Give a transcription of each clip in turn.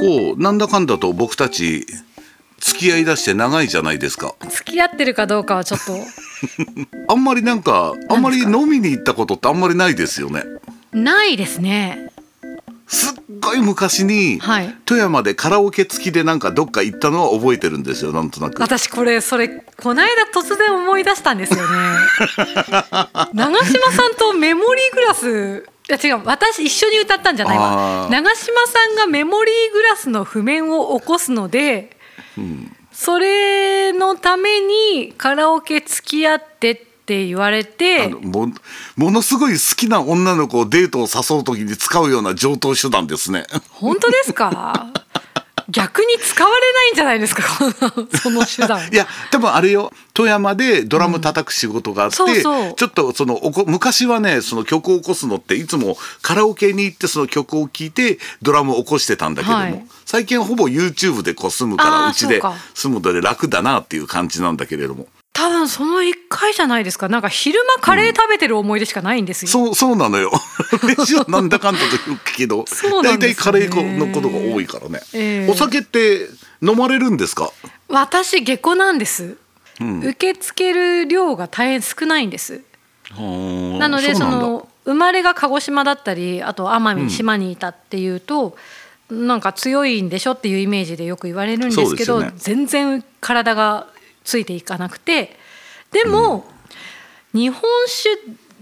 こうなんだかんだと僕たち付き合いだして長いじゃないですか付き合ってるかどうかはちょっとあんまりなんかあんまり飲みに行ったことってあんまりないですよね ないですねすっごい昔に、はい富山でカラオケ付きでなんかどっか行ったのは覚えてるんですよなんとなく私これそれこないだ突然思い出したんですよね 長嶋さんとメモリーグラスいや違う私一緒に歌ったんじゃないあわー長嶋さんがメモリーグラスの譜面を起こすので、それのためにカラオケ付き合ってって言われあてのもものすごい好きな女の子をデートを誘う時に使うような上等手段ですね本当です か逆に使われないんじゃないですか このその手段いや多分あれよ富山でドラム叩く仕事があって、うんそうそうちょっとそのおこ昔はねその曲を起こすのっていつもカラオケに行ってその曲を聴いてドラムを起こしてたんだけども、はい最近はほぼ YouTube でこう済むからあーうちでそうか済むので楽だなっていう感じなんだけれども多分その1回じゃないですかなんか昼間カレー食べてる思い出しかないんですよ、そうそうなの よ飯はなんだかんだと言うけど、そうな大ん体ですねカレーのことが多いからね、ええお酒って飲まれるんですか私下戸なんです、ん受け付ける量が大変少ないんですななのでそなんだの生まれが鹿児島だったりあと奄美島にいたっていうと、なんか強いんでしょっていうイメージでよく言われるんですけそうどですよね全然体がついていかなくてでも、日本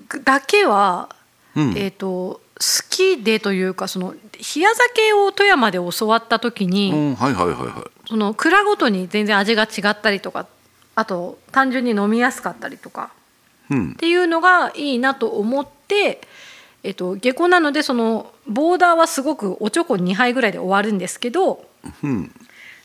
酒だけは、うんえー、と好きでというかその冷や酒を富山で教わった時に、うんはいはいはいはその蔵ごとに全然味が違ったりとかあと単純に飲みやすかったりとかい、うっん、ていうのがいいなと思って、えっと、下校なのでそのボーダーはすごくおちょこ2杯ぐらいで終わるんですけど、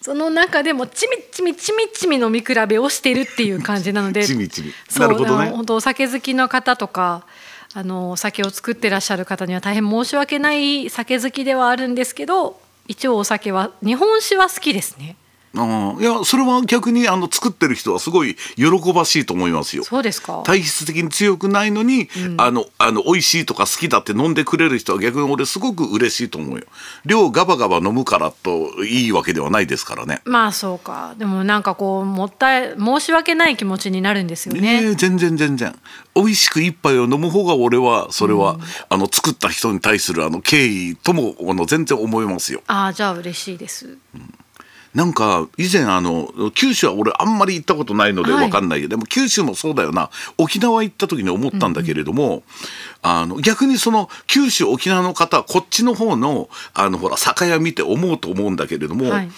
その中でもちみちみちみちみ飲み比べをしてるっていう感じなの でちみちみそうなるほどあのね本当お酒好きの方とかあのお酒を作ってらっしゃる方には大変申し訳ない酒好きではあるんですけど一応お酒は日本酒は好きですね。ああいやそれは逆にあの作ってる人はすごい喜ばしいと思いますよそうですか体質的に強くないのに、あのあの美味しいとか好きだって飲んでくれる人は逆に俺すごく嬉しいと思うよ量ガバガバ飲むからといいわけではないですからねまあそうかでもなんかこうもったい申し訳ない気持ちになるんですよね。ええ全然全然美味しく一杯を飲む方が俺はそれは、あの作った人に対するあの敬意ともあの全然思いますよああじゃあ嬉しいです。なんか以前あの九州は俺あんまり行ったことないのではいわかんないけど、でも九州もそうだよな沖縄行った時に思ったんだけれども、あの逆にその九州沖縄の方はこっちの方のあのほら酒屋見て思うと思うんだけれども、はい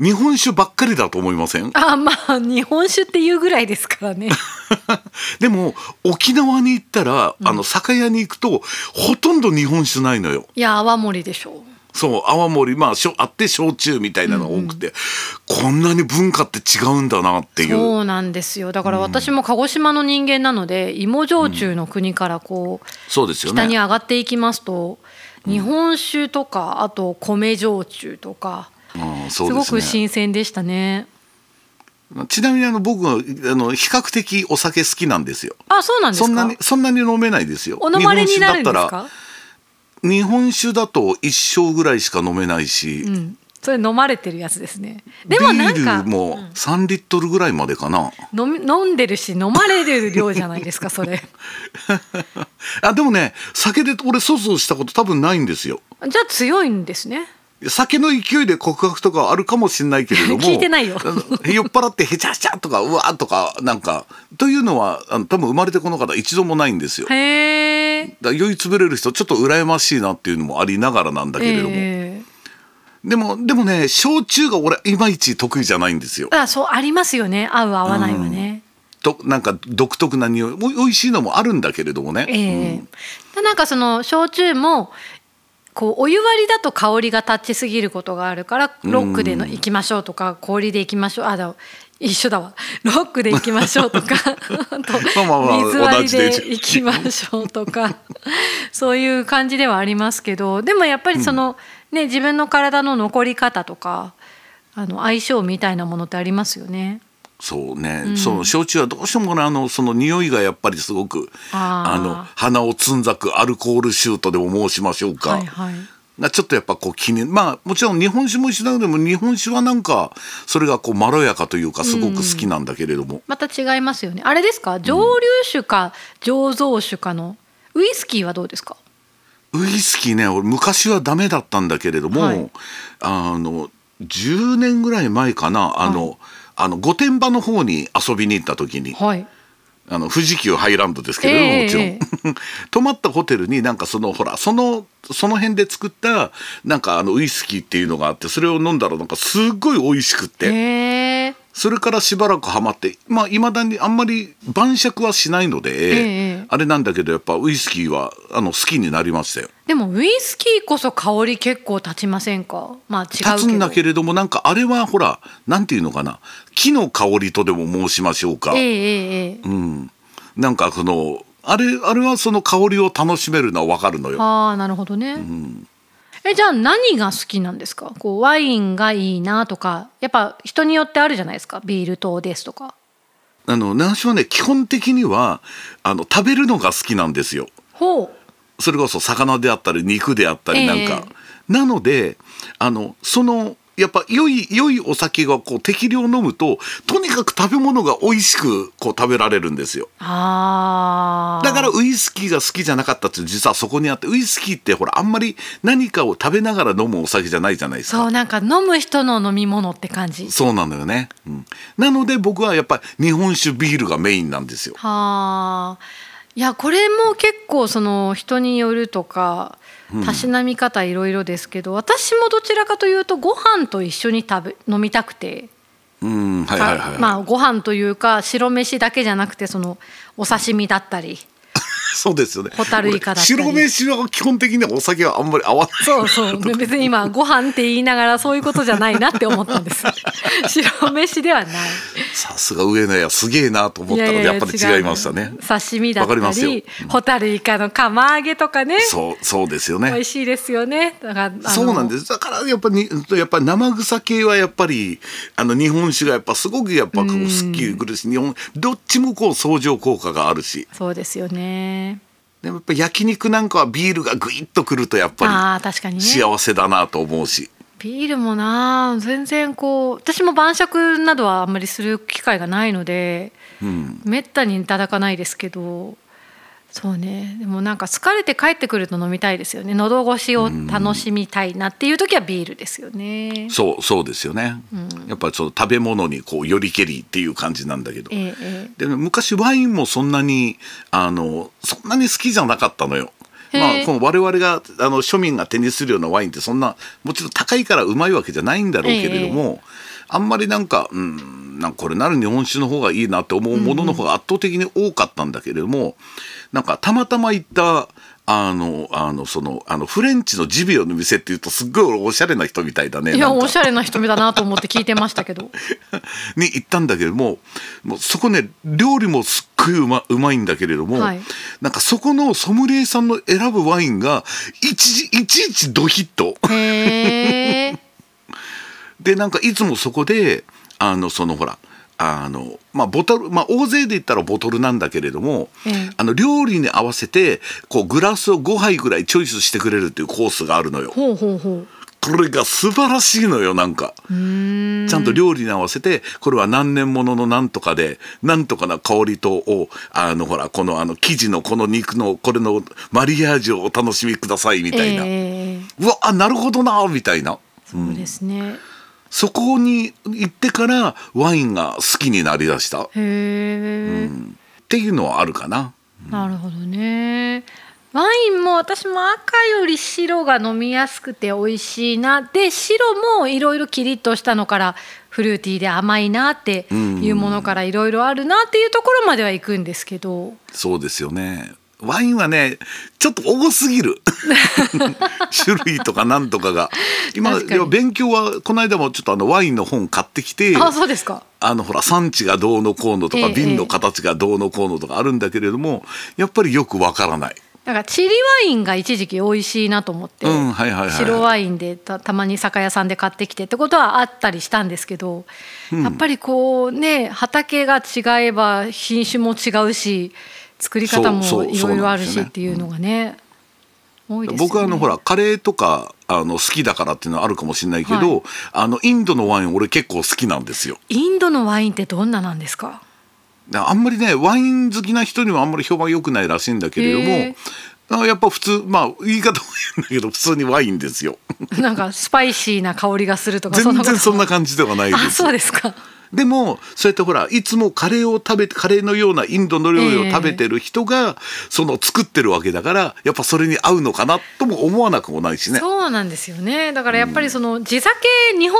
日本酒ばっかりだと思いません ああまあ日本酒っていうぐらいですからね。でも沖縄に行ったら、あの酒屋に行くとほとんど日本酒ないのよ。いや泡盛でしょう。そう泡盛まあしょあって焼酎みたいなのが多くて、こんなに文化って違うんだなっていう。そうなんですよだから私も鹿児島の人間なので芋焼酎の国からこう、そうですよね。北に上がっていきますと、日本酒とかあと米焼酎とかうんす,、そうですねごく新鮮でしたね。ちなみにあの僕はあの比較的お酒好きなんですよ。あそうなんですか。そんなにそんなに飲めないですよ。お飲まれになるん日本酒だですったらか。日本酒だと一升ぐらいしか飲めないし、うんそれ飲まれてるやつですね。でもなんかビールも3リットルぐらいまでかな。飲み飲んでるし飲まれる量じゃないです かそれじあでもね酒で俺粗相したこと多分ないんですよ。ゃあ強いんですね酒の勢いで告白とかはあるかもしれないけれども 聞いてないよあの酔っ払ってへちゃへちゃとかうわーとかなんかというのはあの多分生まれてこの方一度もないんですよ。へえだから酔いつぶれる人ちょっと羨ましいなっていうのもありながらなんだけれども、えでもでもね焼酎が俺いまいち得意じゃないんですよえあそうありますよね合う合わないはね、となんか独特な匂いおい美味しいのもあるんだけれどもね、ええでなんかその焼酎もこうお湯割りだと香りが立ちすぎることがあるからロックでの行きましょうとか氷で行きましょうあだ一緒だわ ロックで行きましょ うとかあまあとまあまあ水割りで同じで行きましょうとかそういう感じではありますけどでもやっぱりその、ね自分の体の残り方とかあの相性みたいなものってありますよね。そうね、その焼酎はどうしてもこのあのその匂いがやっぱりすごくあーあの鼻をつんざくアルコールシュートでも申しましょうか、はいはいがちょっとやっぱこう気にまあもちろん日本酒も一緒だけども日本酒はなんかそれがこうまろやかというかすごく好きなんだけれども、また違いますよねあれですか蒸留酒か醸造酒かのウイスキーはどうですかウイスキーね俺昔はダメだったんだけれども、はいあの10年ぐらい前かなあの、あの御殿場の方に遊びに行った時にはいあの富士急ハイランドですけれども、ええもちろえん 泊まったホテルになんかそのほらそのその辺で作ったなんかあのウイスキーっていうのがあってそれを飲んだらなんかすっごい美味しくって、へえそれからしばらくハマってまあいまだにあんまり晩酌はしないのえで、えあれなんだけどやっぱウイスキーはあの好きになりましたよ。でもウイスキーこそ香り結構立ちませんかまあ違うけど立つんだけれどもなんかあれはほらなんていうのかな木の香りとでも申しましょうか、ええええええうん、なんかそのあれあれはその香りを楽しめるのはわかるのよ。ああなるほどね、えじゃあ何が好きなんですかこうワインがいいなとかやっぱ人によってあるじゃないですかビール糖ですとかあの私はね基本的にはあの食べるのが好きなんですよ。ほうそれこそ魚であったり肉であったええりなんか、なのであのそのやっぱ良い良いお酒がこう適量飲むととにかく食べ物が美味しくこう食べられるんですよ。ああだからウイスキーが好きじゃなかったっていうのは実はそこにあってウイスキーってほらあんまり何かを食べながら飲むお酒じゃないじゃないですか。そうなんか飲む人の飲み物って感じそうなのよね、うん、なので僕はやっぱり日本酒ビールがメインなんですよ。はあいやこれも結構その人によるとかたしなみ方いろいろですけど、私もどちらかというとご飯と一緒に食べ飲みたくて、うんはいはいはい、まあご飯というか白飯だけじゃなくてそのお刺身だったりそうですよね。ホタルイカだったり白飯は基本的にはお酒はあんまり合わない。そうそう 別に今ご飯って言いながらそういうことじゃないなって思ったんです 白飯ではない。さすが上野やすげえなと思ったのでやっぱり違いましたね。刺身だっわかりたますより、ホタルイカの釜揚げとかね。そうそうですよ美ね味。しいですよね。だからあのそうなんですだからやっぱりやっぱり生臭系はやっぱりあの日本酒がやっぱすごくやっぱこうすっきりくるし日本どっちもこう相乗効果があるしそうですよね。でもやっぱ焼肉なんかはビールがグイッとくるとやっぱああー確かにりね。幸せだなと思うし、ビールもな全然こう私も晩酌などはあんまりする機会がないので、めったにいただかないですけど。そうねでもなんか疲れて帰ってくると飲みたいですよね喉越しを楽しみたいなっていう時はビールですよね。そうそうですよね、やっぱりその食べ物にこうよりけりっていう感じなんだけど、ええでえ昔ワインもそんなにあのそんなに好きじゃなかったのよ。へーまあ、この我々があの庶民が手にするようなワインってそんなもちろん高いからうまいわけじゃないんだろうけれども、あんまりなんかうんなんかこれなる日本酒の方がいいなって思うものの方が圧倒的に多かったんだけれども、なんかたまたま行ったあのあのそのあのフレンチのジビオの店っていうとすっごい俺おしゃれな人みたいだねえいやなんかおしゃれな瞳だなと思って聞いてました けど。に行ったんだけれどももうそこね料理もすっごいうまうまいんだけれども、はいなんかそこのソムリエさんの選ぶワインがいちいちいちドヒットへえ。でなんかいつもそこであのそのほらあのまあボトルまあ大勢で言ったらボトルなんだけれども、ええあの料理に合わせてこうグラスを5杯ぐらいチョイスしてくれるっていうコースがあるのよ。ほうほうほう。これが素晴らしいのよなんかちゃんと料理に合わせてこれは何年もののなんとかでなんとかな香りとをあのほらこのあの生地のこの肉のこれのマリアージュをお楽しみくださいみたいな、ええうわあなるほどなみたいなそうですね。そこに行ってからワインが好きになりだしたっへえ、ていうのはあるかななるほどね。ワインも私も赤より白が飲みやすくて美味しいなで白もいろいろキリッとしたのからフルーティーで甘いなっていうものからいろいろあるなっていうところまでは行くんですけどそうですよねワインはねちょっと多すぎ る種類とかなんとかが今確かにいや勉強はこの間もちょっとあのワインの本買ってきてあそうですかあのほら産地がどうのこうのとか、ええ瓶の形がどうのこうのとかあるんだけれどもやっぱりよくわからないなんかチリワインが一時期美味しいなと思って、うんはいはいはいはい白ワインでたたまに酒屋さんで買ってきてってことはあったりしたんですけど、やっぱりこうね畑が違えば品種も違うし作り方もそうそういろいろあるそしうっなんてですよいねうのがね多いですよね僕はあのほらカレーとかあの好きだからっていうのはあるかもしれないけど、はいあのインドのワイン俺結構好きなんですよインドのワインってどんななんですか だからあんまりねワイン好きな人にはあんまり評判良くないらしいんだけれどへもあのやっぱ普通まあ言い方も変だけど普通にワインですよなんかスパイシーな香りがするとか全こと然そんな感じではないであすそうですかでもそうやってほらいつもカレーを食べてカレーのようなインドの料理を食べてる人が、その作ってるわけだからやっぱそれに合うのかなとも思わなくもないしねそうなんですよねだからやっぱりその地酒、日本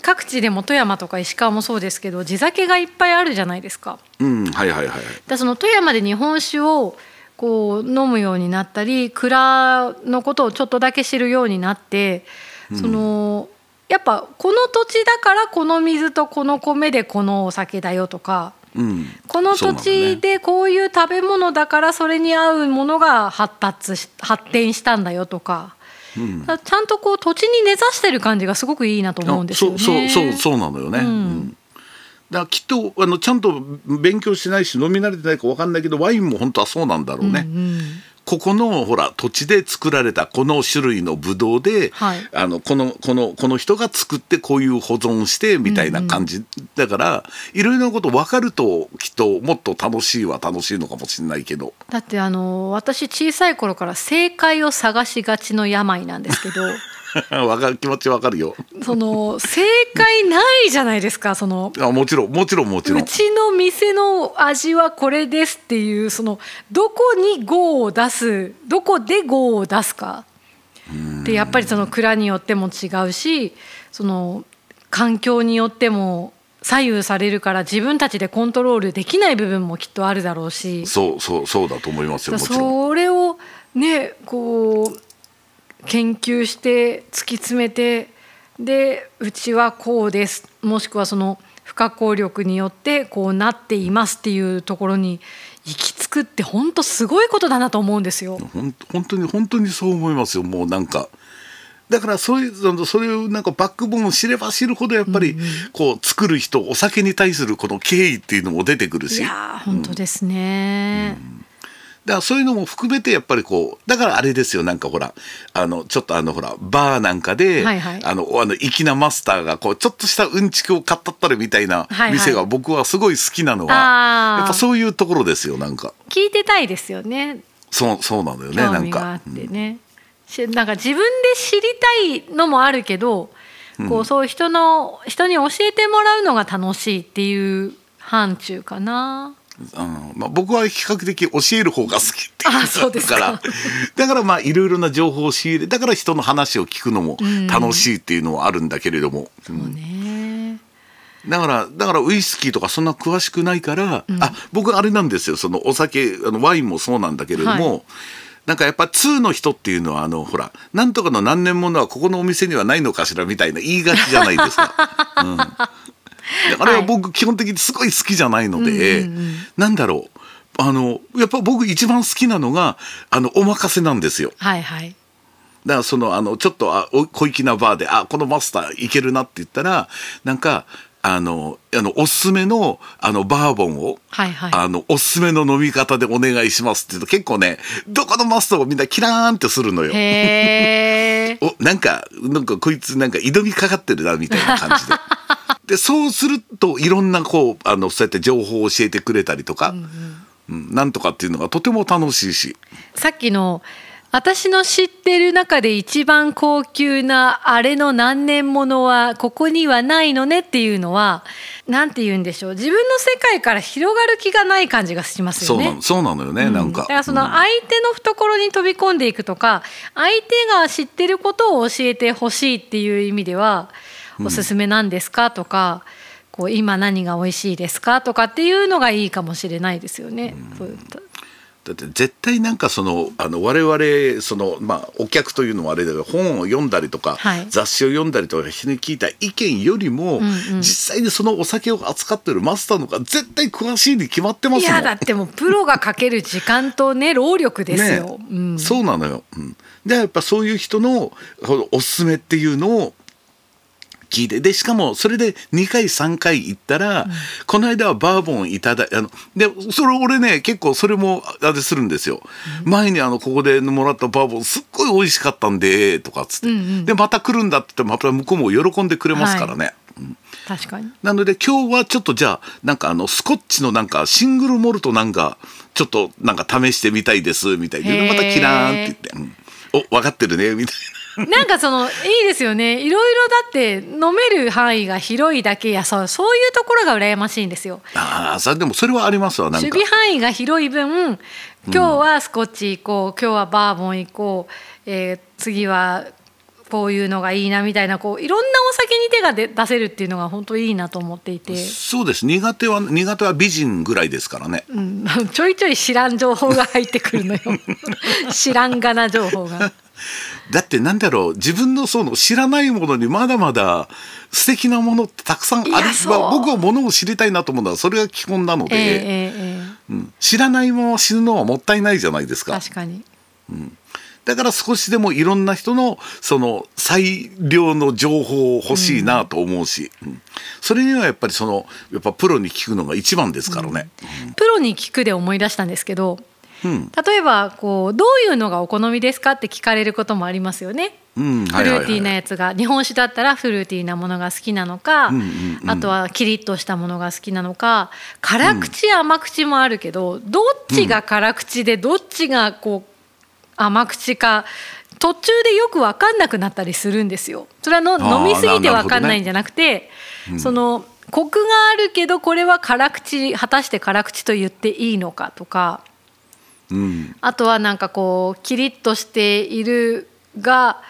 各地でも富山とか石川もそうですけど地酒がいっぱいあるじゃないですか。だかうんはいはいはいらその富山で日本酒をこう飲むようになったり蔵のことをちょっとだけ知るようになってその、やっぱこの土地だからこの水とこの米でこのお酒だよとか。うんこの土地でこういう食べ物だからそれに合うものが発達し発展したんだよとか、だからちゃんとこう土地に根ざしてる感じがすごくいいなと思うんですよね。あそうそうそうそうなのよね。うんうんだからきっとあのちゃんと勉強してないし飲み慣れてないか分かんないけどワインも本当はそうなんだろうね。ここのほら土地で作られたこの種類のブドウで、はいあのこのこのこの人が作ってこういう保存してみたいな感じ、だからいろいろなこと分かるときっともっと楽しいは楽しいのかもしれないけど だってあの私小さい頃から正解を探しがちの病なんです けどわかる気持ち分かるよその正解ないじゃないですかそのあもちろんもちろんもちろんうちの店の味はこれですっていうそのどこに GO を出すどこで GO を出すかでやっぱりその蔵によっても違うしその環境によっても左右されるから自分たちでコントロールできない部分もきっとあるだろうしそうそうそうだと思いますよもちろん。それをねこう研究して突き詰めてでうちはこうですもしくはその不可抗力によってこうなっていますっていうところに行き着くって本当すごいことだなと思うんですよ。ほん本当に本当にそう思いますよもうなんかだからそういうあのそれをなんかバックボーンを知れば知るほどやっぱりこう作る人お酒に対するこの敬意っていうのも出てくるいしだかやー本当ですね。らそういうのも含めてやっぱりこうだからあれですよなんかほらあのちょっとあのほらバーなんかで、はいはいあのあの粋なマスターがこうちょっとしたうんちくを買ったったるみたいなはいはい店が僕はすごい好きなのは、あーやっぱそういうところですよなんか聞いてたいですよね。そうそうなのよね興なん味があかっ。てね。しなんか自分で知りたいのもあるけど、こうそういう人の人に教えてもらうのが楽しいっていう範疇かな。うんまあ、僕は比較的教える方が好きっていのがあそうですかだからだからまあいろいろな情報を仕入れだから人の話を聞くのも楽しいっていうのはあるんだけれども、もうね。だからだからウイスキーとかそんな詳しくないから、あ僕あれなんですよそのお酒あのワインもそうなんだけれども、はいなんかやっぱ通の人っていうのはあのほらなんとかの何年ものはここのお店にはないのかしらみたいな言いがちじゃないですか。 うん、あれは僕基本的にすごい好きじゃないので、なんだろうあのやっぱ僕一番好きなのがあのお任せなんですよ。はいはい。だからそのあのちょっとあお小粋なバーで「あこのマスターいけるな」って言ったらなんかあのあのおすすめのあのバーボンを、はいはいあのおすすめの飲み方でお願いしますって言うと結構ねどこのマスターもみんなキラーンってするのよ。。へえ おなんかなんかこいつなんか挑みかかってるなみたいな感じ で。でそうするといろんなこうあのそうやって情報を教えてくれたりとか、うんなんとかっていうのがとても楽しいし。さっきの私の知ってる中で一番高級なあれの何年ものはここにはないのねっていうのはなんて言うんでしょう自分の世界から広がる気がない感じがしますそようなねの。そうなのよね、なんかだからそのうん相手の懐に飛び込んでいくとか相手が知ってることを教えてほしいっていう意味では「おすすめなんですか?」とか「こう今何が美味しいですか?」とかっていうのがいいかもしれないですよね。そういうだって絶対なんかそのあの我々その、まあ、お客というのもあれだけど本を読んだりとか、はい雑誌を読んだりとか人に聞いた意見よりも、んうん実際にそのお酒を扱ってるマスターの方が絶対詳しいに決まってまいすもやん。だってもうプロがかける時間とね労力ですねよ。うん、そうなのよ。うん、でやっぱそういう人のこのおすすめっていうのを聞いてでしかもそれで2回3回行ったら、この間はバーボンいただいあのでそれ俺ね結構それもあれするんですよ、前にあのここでもらったバーボンすっごい美味しかったんでとかっつって、うんうんでまた来るんだって言ってまた向こうも喜んでくれますからね。確かに。なので今日はちょっとじゃあなんかあのスコッチのなんかシングルモルトなんかちょっとなんか試してみたいですみたいなへーまたキラーンって言ってうん「お分かってるね」みたいなんかそのいいですよねいろいろだって飲める範囲が広いだけやそうそういうところが羨ましいんですよ。な あーさでもそれはありますわなん守か備範囲が広い分今日はスコッチ行こう今日はバーボン行こう、えー次はこういうのがいいなみたいなこういろんなお酒に手が出出せるっていうのが本当いいなと思っていて、そうです苦手は苦手は美人ぐらいですからねうん、ちょいちょい知らん情報が入ってくるのよ知らんがな情報が。だってなんだろう自分のその知らないものにまだまだ素敵なものってたくさんあるいやそうまあ僕はものを知りたいなと思うのはそれが基本なのえええで、ええうん知らないまま死ぬのはもったいないじゃないですえか。確かにだから少しでもいろんな人のその最良の情報を欲しいなと思うし、うんそれにはやっぱりそのやっぱプロに聞くのが一番ですからね。プロに聞くで思い出したんですけどうん、例えばこうどういうのがお好みですかって聞かれることもありますよね。うん、フルーティーなね。やつが日本酒だったらフルーティーなものが好きなのか、んうんうんあとはキリッとしたものが好きなのか辛口や甘口もあるけど、どっちが辛口でどっちがこう甘口か途中でよく分かんなくなったりするんですよ。それはのあー飲みすぎてななるほどね分かんないんじゃなくて、そのコクがあるけどこれは辛口果たして辛口と言っていいのかとか。うん、あとはなんかこうキリッとしているが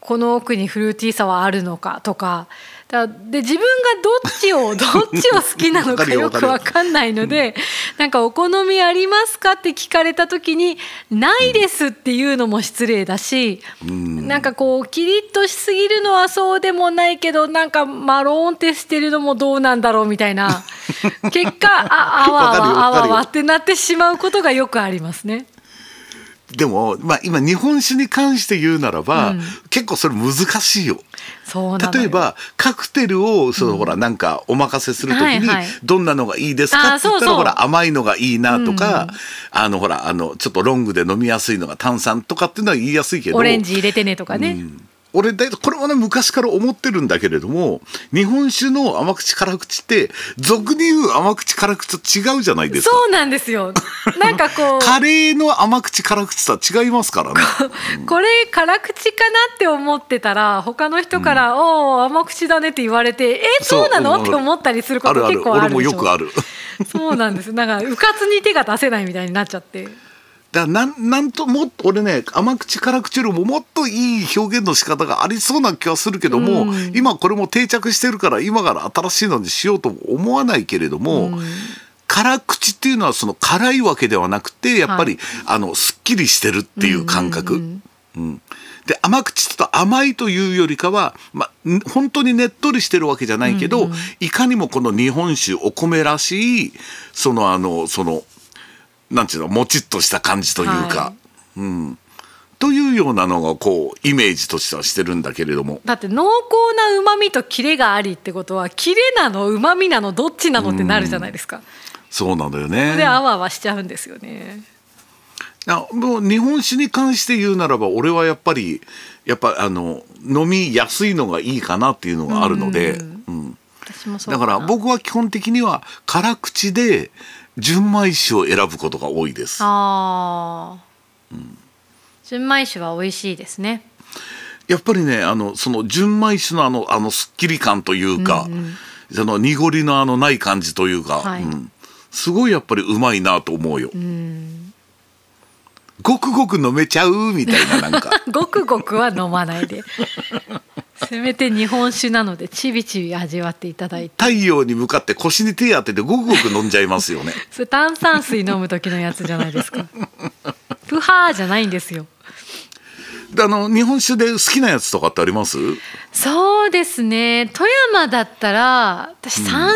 この奥にフルーティーさはあるのかとかだで自分がどっち をどっちを好きなのわかかるよよくわかんないのでなんか「お好みありますか?」って聞かれた時に「ないです」っていうのも失礼だし、なんかこうキリッとしすぎるのはそうでもないけどなんかマローンってしてるのもどうなんだろうみたいな結果ああわあ わかるよわあわかわるよわってなってしまうことがよくありますね。でも、まあ、今日本酒に関して言うならば、結構それ難しいよ。そうなのよ例えばカクテルをその、ほらなんかお任せするときはいにはいどんなのがいいですかあーって言ったらそうそうほら甘いのがいいなとか、あのほらあのちょっとロングで飲みやすいのが炭酸とかっていうのは言いやすいけどオレンジ入れてねとかね、俺だいたいこれはね昔から思ってるんだけれども日本酒の甘口辛口って俗に言う甘口辛口と違うじゃないですか。そうなんです よなんかこカレーの甘口辛口とは違いますからね。うこれ辛口かなって思ってたら他の人から「おお甘口だね」って言われて「えそうそうなの?」うんって思ったりするこあるとあ結る構あ俺るでしょもよくあるる。そうなんですなんかうかつに手が出せないみたいになっちゃってだからなんなんともっと俺ね甘口辛口よりももっといい表現の仕方がありそうな気はするけども、うん今これも定着してるから今から新しいのにしようとも思わないけれども、辛口っていうのはその辛いわけではなくてやっぱり、あのすっきりしてるっていう感覚。うんで甘口ちょっと甘いというよりかは、まあ、ん本当にねっとりしてるわけじゃないけど、いかにもこの日本酒お米らしいそのあのそのなんていうのもちっとした感じというか、はうん、というようなのがこうイメージとしてはしてるんだけれどもだって濃厚なうまみとキレがありってことはキレなのうまみなのどっちなのってなるじゃないですか、そうなんだよねであわあわしちゃうんですよねあもう日本酒に関して言うならば俺はやっぱりやっぱあの飲みやすいのがいいかなっていうのがあるので、うん私もそうだからな僕は基本的には辛口で純米酒を選ぶことが多いです。ああ、純米酒は美味しいですね。やっぱりねあのその純米酒のあのあのすっきり感というか、その濁りのあのない感じというか、はいうんすごいやっぱりうまいなと思うよ。ごくごく飲めちゃうみたいななんか ごくごくは飲まない で。せめて日本酒なのでちびちび味わっていただいて。太陽に向かって腰に手当ててごくごく飲んじゃいますよね。 それ炭酸水飲む時のやつじゃないですか。プハーじゃないんですよであの日本酒で好きなやつとかってありますそうですね富山だったら私山椒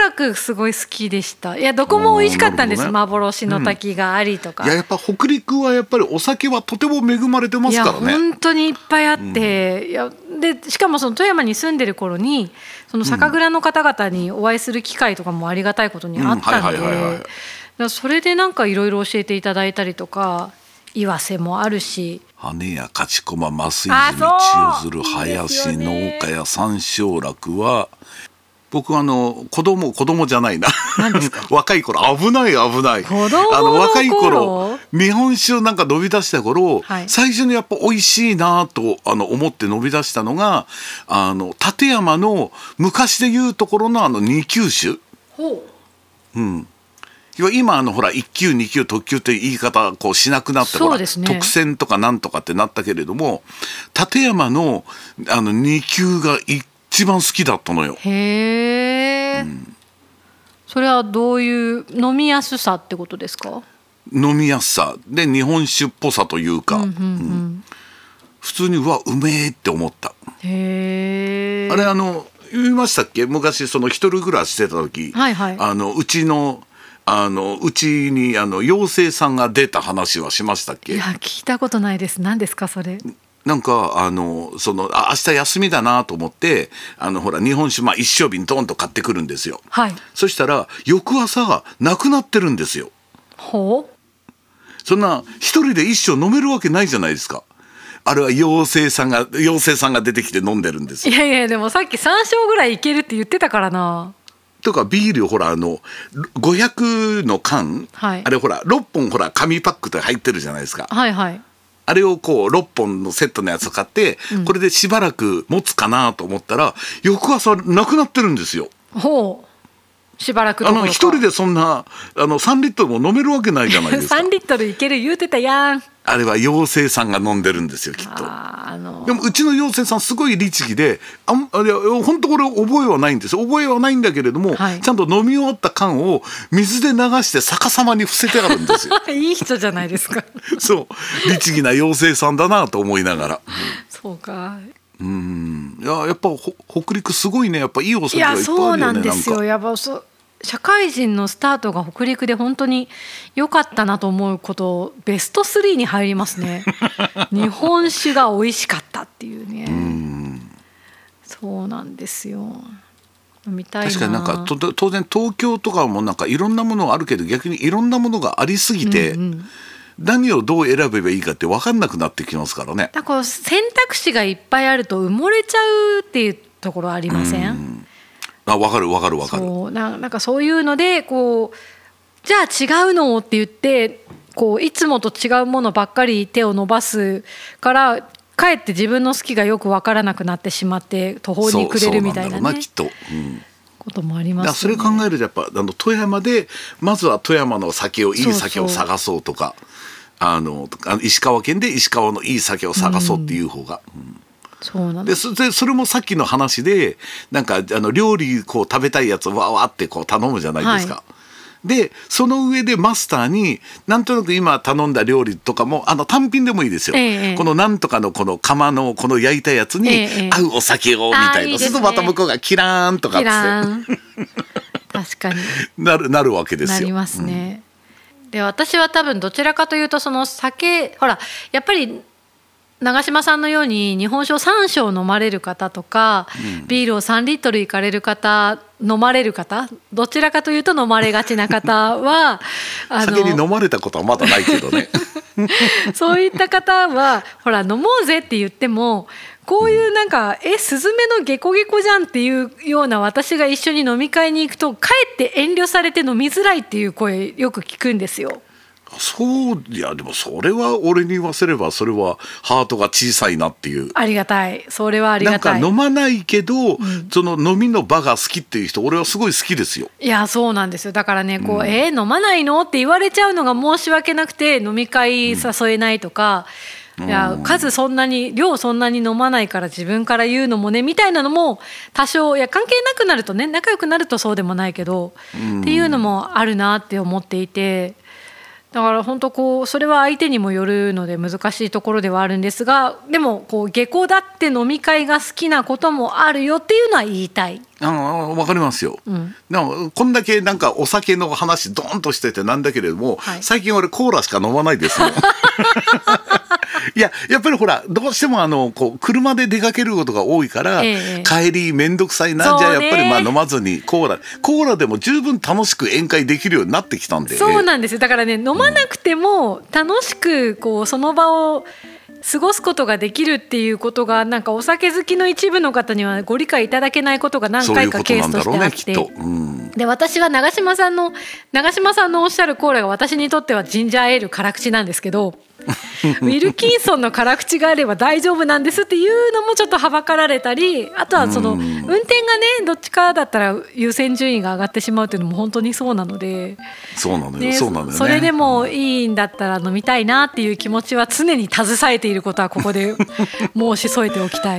楽すごい好きでした、いやどこも美味しかったんです、おーなるほどね幻の滝がありとか、いややっぱ北陸はやっぱりお酒はとても恵まれてまいすやからね本当にいっぱいあって、いやでしかもその富山に住んでる頃にその酒蔵の方々にお会いする機会とかもありがたいことにあったのでうんはいはいはいはいだからそれでなんかいろいろ教えていただいたりとか岩瀬もあるし羽屋勝駒増泉あそう千代鶴いい林ですよね農家や山椒楽は僕あの子供子供じゃないな 若い頃危ない危ない子供の頃あの若い頃日本酒をなんか伸び出した頃、はい最初にやっぱ美味しいなとあの思って伸び出したのがあの立山の昔でいうところのあの二級酒ほ要は今あのほら1級2級特級って言い方こうしなくなってそうほらですね特選とかなんとかってなったけれども立山のあの2級が一番好きだったのよ。うへえ、それはどういう飲みやすさってことですか飲みやすさで日本酒っぽさというか、うん普通にうわうめえって思った。へえあれあの言いましたっけ昔その一人暮らししてた時、はいはいあのうちのあのうちにあの妖精さんが出た話はしましたっいけや聞いたことないです何ですかそれなんかあのそのあ明日休みだなと思ってあのほら日本酒、まあ、一升瓶ドンと買ってくるんですよはいそしたら翌朝なくなってるんですよほうそんな一人で一升飲めるわけないじゃないですかあれは妖精さんが妖精さんが出てきて飲んでるんですいよやいやでもさっき3勝ぐらいいけるって言ってたからなとかビールほらあの500の缶、はいあれほら6本ほら紙パックで入ってるじゃないですかはいはいあれをこう6本のセットのやつを買って、これでしばらく持つかなと思ったら翌朝なくなってるんですよほうしばらくあの一人でそんなあの3リットルも飲めるわけないじゃないです か3リットルいける言うてたやんあれは妖精さんが飲んでるんですよきっとあーあのでもうちの妖精さんすごい律儀であんあいや本当これ覚えはないんです覚えはないんだけれども、はいちゃんと飲み終わった缶を水で流して逆さまに伏せてあるんです よいい人じゃないですか そう律儀な妖精さんだなと思いながらそうかうんいややっぱほ北陸すごいねやっぱいいおい酒がいっやぱいそあうるよなんねですなよんかやっぱそう社会人のスタートが北陸で本当に良かったなと思うことベスト3に入ります ね日本酒が美味しかったっていうねそうなんですよ飲みたいな確かになんかとと当然東京とかもなんかいろんなものがあるけど逆にいろんなものがありすぎて、何をどう選べばいいかって分かんなくなってきますからね。だから選択肢がいっぱいあると埋もれちゃうっていうところありませんあ分かる分かる分かる。そうななんかそういうのでこうじゃあ違うのをって言ってこういつもと違うものばっかり手を伸ばすからかえって自分の好きがよくわからなくなってしまって途方に暮れるみたいそな,、うそうなんだろうねな、きっと。うんこともありだまからすそよれね考えるとやっぱあの富山でまずは富山の酒をいそういそう酒を探そうとかあのあの石川県で石川のいい酒を探そうっていう方が、そうなんでですそでそれもさっきの話でなんかあの料理こう食べたいやつわーわーってこう頼むじゃないですか。はでその上でマスターになんとなく今頼んだ料理とかもあの単品でもいいですよ、ええこのなんとかのこの釜のこの焼いたやつえにえ合うお酒をみたあーいいいなですすねるとまた向こうがキラーンとかっキラつっーン 確かにてなるな るわけですよ。なりますね。で私は多分どちらかというとその酒ほらやっぱり長嶋さんのように日本酒を3升飲まれる方とか、ビールを3リットルいかれる方飲まれる方どちらかというと飲まれがちな方 はあ酒に飲まれたことはまだないけどね そういった方はほら飲もうぜって言ってもこういうなんか「えスズメのゲコゲコじゃん」っていうような私が一緒に飲み会に行くとかえって遠慮されて飲みづらいっていう声よく聞くんですよ。そういやでもそれは俺に言わせればそれはハートが小さいなっていうありがたいそれはありながんかたい飲まないけど、その飲みの場が好きっていう人俺はすごい好きですよ。いやそうなんですよだからねこう、えー飲まないのって言われちゃうのが申し訳なくて飲み会誘えないとか、いや数そんなに量そんなに飲まないから自分から言うのもねみたいなのも多少いや関係なくなるとね仲良くなるとそうでもないけど、っていうのもあるなって思っていてだから本当こうそれは相手にもよるので難しいところではあるんですがでもこう下校だって飲み会が好きなこともあるよっていうのは言いたい。ああわかりますよ、んでもこんだけなんかお酒の話ドーンとしててなんだけれども、はい最近俺コーラしか飲まないです もんいややっぱりほらどうしてもあのこう車で出かけることが多いから、ええ帰り面倒くさいなそうじねゃあやっぱりまあ飲まずにコーラコーラでも十分楽しく宴会できるようになってきたんでそうなんですよだからね飲まなくても楽しくこうその場を過ごすことができるっていうことがなんかお酒好きの一部の方にはご理解いただけないことが何そうい回うこかとケーなスんとだしろうてねあっ。きってと、うん、で私は長嶋さんの長嶋さんのおっしゃるコーラが私にとってはジンジャーエール辛口なんです けどウィルキンソンの辛口があれば大丈夫なんですっていうのもちょっとはばかられたりあとはその運転がねどっちかだったら優先順位が上がってしまうっていうのも本当にそうなので、そうなのよ、ねそうなのよねそれでもいいんだったら飲みたいなっていう気持ちは常に携えていることはここで申し添えておきたい。